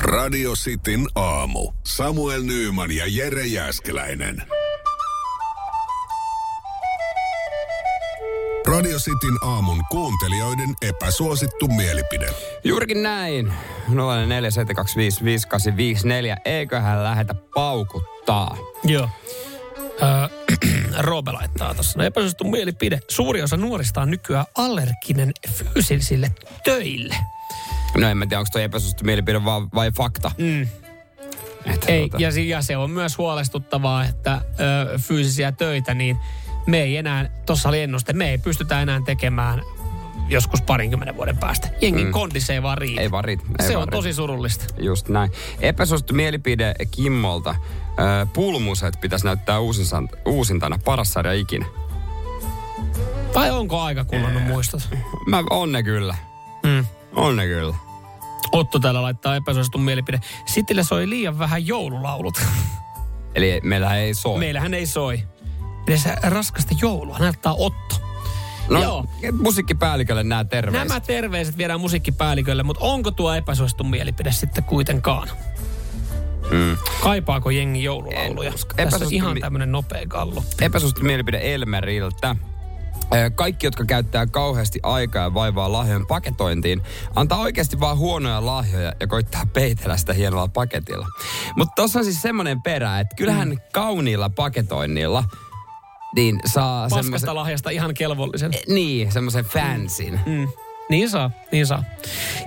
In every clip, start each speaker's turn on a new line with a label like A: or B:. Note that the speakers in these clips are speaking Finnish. A: Radio Cityn aamu. Samuel Nyyman ja Jere Jäskeläinen. Radio Cityn aamun kuuntelijoiden epäsuosittu mielipide.
B: Juurikin näin. 0472558854. Eiköhän lähetä paukuttaa.
C: Joo. Öö, Roope laittaa tuossa. No epäsuosittu mielipide. Suuri osa nuorista on nykyään allerginen fyysisille töille.
B: No en mä tiedä, onko toi epäsuosittu mielipide vai, vai fakta.
C: Mm.
B: Että
C: Ei,
B: tuota-
C: ja, si- ja se on myös huolestuttavaa, että ö, fyysisiä töitä, niin me ei enää, tuossa oli ennuste, me ei pystytä enää tekemään joskus parinkymmenen vuoden päästä. Jengin mm. kondis ei vaan riitä.
B: Ei vaan riitä, ei
C: se
B: vaan
C: on
B: riitä.
C: tosi surullista.
B: Just näin. Epäsuosittu mielipide Kimmolta. Ö, Pulmuset pitäisi näyttää uusinsan- uusintana. Paras sarja ikinä.
C: Vai onko aika kulunut muistot?
B: Mä, on ne kyllä.
C: Mm.
B: On ne kyllä.
C: Otto täällä laittaa epäsuositun mielipide. Sitillä soi liian vähän joululaulut.
B: Eli meillä ei soi.
C: Meillähän ei soi. Edes raskasta joulua näyttää Otto.
B: no,
C: joo.
B: musiikkipäällikölle nämä terveiset.
C: Nämä terveiset viedään musiikkipäällikölle, mutta onko tuo epäsuosittu mielipide sitten kuitenkaan?
B: Mm.
C: Kaipaako jengi joululauluja?
B: En usko.
C: Tässä on
B: Epäsuosittu
C: ihan
B: mi-
C: tämmönen nopea kallo.
B: epäsuosittu mielipide Elmeriltä. Ö, Kaikki, jotka käyttää kauheasti aikaa ja vaivaa lahjojen paketointiin, antaa oikeasti vaan huonoja lahjoja ja koittaa peitellä sitä hienolla paketilla. Mutta tuossa on siis semmoinen perä, että kyllähän mm. kauniilla paketoinnilla niin saa semmoisen...
C: Paskasta lahjasta ihan kelvollisen.
B: Niin, semmoisen fansin. Mm.
C: Mm. Niin saa, niin saa.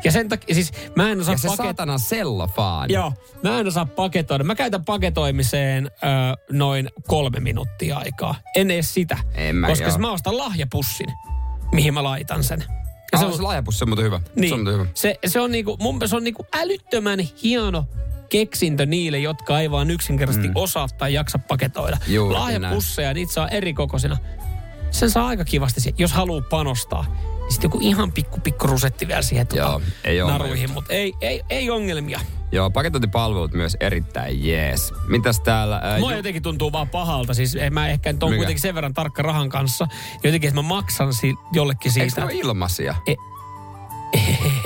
C: Ja sen takia, siis mä en osaa
B: Ja se
C: paket-
B: saatana sellofaani.
C: Joo, mä en osaa paketoida. Mä käytän paketoimiseen ö, noin kolme minuuttia aikaa. En edes sitä.
B: En mä,
C: koska
B: joo.
C: mä ostan lahjapussin, mihin mä laitan sen.
B: Ja se on Ah, se lahjapussi, on muuten hyvä. Se on
C: Niin.
B: muuten hyvä.
C: Se, se on niinku, mun mielestä se on niinku älyttömän hieno keksintö niille, jotka ei vaan yksinkertaisesti mm. osaa tai jaksa paketoida.
B: Juuri
C: Lahjapusseja, niitä saa eri kokoisina. Sen saa aika kivasti, siihen, jos haluaa panostaa. Niin sitten joku ihan pikku, pikku rusetti vielä siihen
B: Joo,
C: tuota,
B: ei oo
C: naruihin, mutta ei, ei, ei ongelmia.
B: Joo, paketointipalvelut myös erittäin jees. Mitäs täällä... ää,
C: Mua jotenkin tuntuu vaan pahalta. Siis ei mä ehkä nyt on
B: Mikä?
C: kuitenkin sen verran tarkka rahan kanssa. Jotenkin, että mä maksan si- jollekin
B: Eikö ne
C: siitä.
B: ole ilmaisia?
C: E-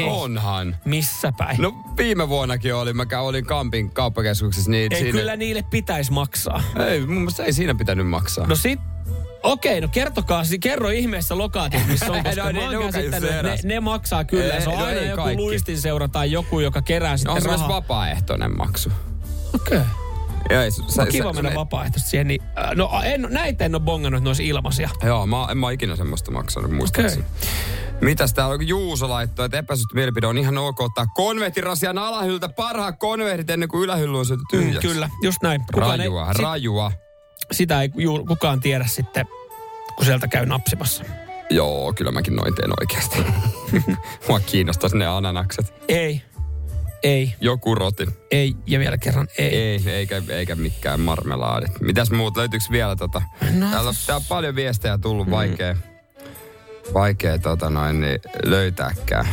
B: Onhan.
C: Missä päin?
B: No viime vuonnakin oli, mä kä- olin Kampin kauppakeskuksessa, niin
C: ei,
B: siinä...
C: kyllä niille pitäisi maksaa.
B: Ei, mun mielestä ei siinä pitänyt maksaa.
C: No sit, okei, no kertokaa, si- kerro ihmeessä lokaatiot, missä on,
B: No,
C: koska no,
B: ne-
C: mä
B: ne
C: oon
B: on kai
C: käsittänyt,
B: se
C: että ne,
B: eräs.
C: ne maksaa kyllä.
B: Ei,
C: se on
B: no
C: aina
B: ei
C: joku
B: kaikki.
C: luistinseura tai joku, joka kerää
B: No, on
C: sitten
B: se myös
C: rahaa.
B: vapaaehtoinen maksu.
C: Okei. Okay.
B: Joo, Ei, se,
C: No, kiva mennä vapaaehtoisesti siihen. Niin, äh, no en, näitä en ole bongannut, Mm, että ne olisi ilmaisia.
B: Joo, mä, en mä oon ikinä semmoista maksanut, muistaakseni. Mitäs täällä on? Juuso laittoi, että epäsytty mielipide on ihan ok ottaa konvehtirasian alahyltä parhaat konvehdit ennen kuin ylähylly on syöty
C: Mm,
B: tyhjäksi.
C: kyllä, just näin. Kukaan ei,
B: Rajua,
C: sit-
B: rajua.
C: sitä ei ju- kukaan tiedä sitten, kun sieltä käy napsimassa.
B: Joo, kyllä mäkin noin teen oikeasti. Mua kiinnostaisi ne ananakset.
C: Ei, ei,
B: Joku rotin.
C: ei ja vielä kerran ei. ei.
B: Ei, eikä, eikä mikään marmelaadit. Mitäs muut? Löytyykö vielä tota? No. Täällä,
C: siis-
B: on, täällä on paljon viestejä tullut,
C: Mm.
B: vaikea, vaikea tota noin, niin löytääkään.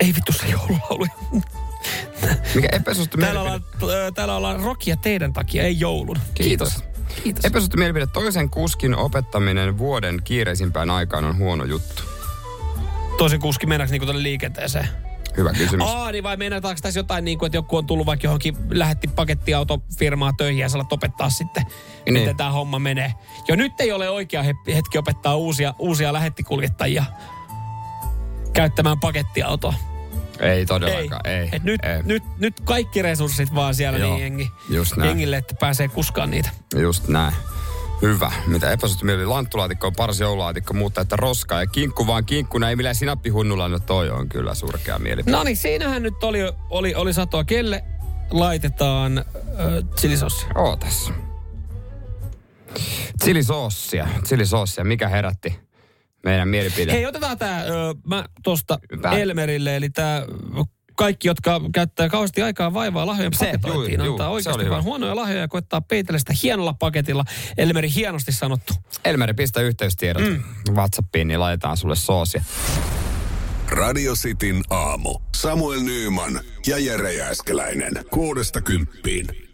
C: Ei vittu se joululaulu.
B: Mikä epäsuosittu
C: Täällä
B: mielipide?
C: ollaan, ö, täällä ollaan rokia teidän takia, ei joulun. Kiitos. Kiitos.
B: Epäsuosittu mielipide. Toisen kuskin opettaminen vuoden kiireisimpään aikaan on huono juttu.
C: Toisen kuski mennäänkö niinku tänne liikenteeseen?
B: Hyvä kysymys.
C: Aa, niin vai mennäänko tässä jotain niin kuin, että joku on tullut vaikka johonkin, lähetti pakettiautofirmaa töihin ja sä alat opettaa sitten, niin. miten tämä homma menee. Jo nyt ei ole oikea he- hetki opettaa uusia, uusia lähettikuljettajia käyttämään pakettiautoa.
B: Ei todellakaan, ei.
C: Et nyt,
B: ei.
C: nyt, nyt kaikki resurssit vaan siellä
B: Joo,
C: niin jengi,
B: just näin.
C: jengille, että pääsee kuskaan niitä.
B: Just näin. Hyvä. Mitä epäsuosittu mielipide? Lanttulaatikko on paras joululaatikko, mutta että roskaa ja kinkku vaan kinkkuna, ei millään sinappihunnulla. No toi on kyllä surkea mielipide.
C: No niin, siinähän nyt oli, oli, oli satoa. Kelle laitetaan äh, chilisossi?
B: Ootas. Chilisoossia. Chilisoossia. Mikä herätti meidän mielipide?
C: Hei, otetaan tämä mä tosta
B: Tää.
C: Elmerille, eli tämä kaikki, jotka käyttää kauheasti aikaa vaivaa lahjojen
B: Se,
C: paketointiin,
B: juu, juu,
C: antaa
B: se oli
C: oikeasti
B: hyvä.
C: vaan huonoja lahjoja ja koettaa peitellä sitä hienolla paketilla. Elmeri, hienosti sanottu.
B: Elmeri, pistä yhteystiedot mm. Whatsappiin, niin laitetaan sulle soosia.
A: Radio Cityn aamu. Samuel Nyyman ja Jere Jäskeläinen. Kuudesta kymppiin.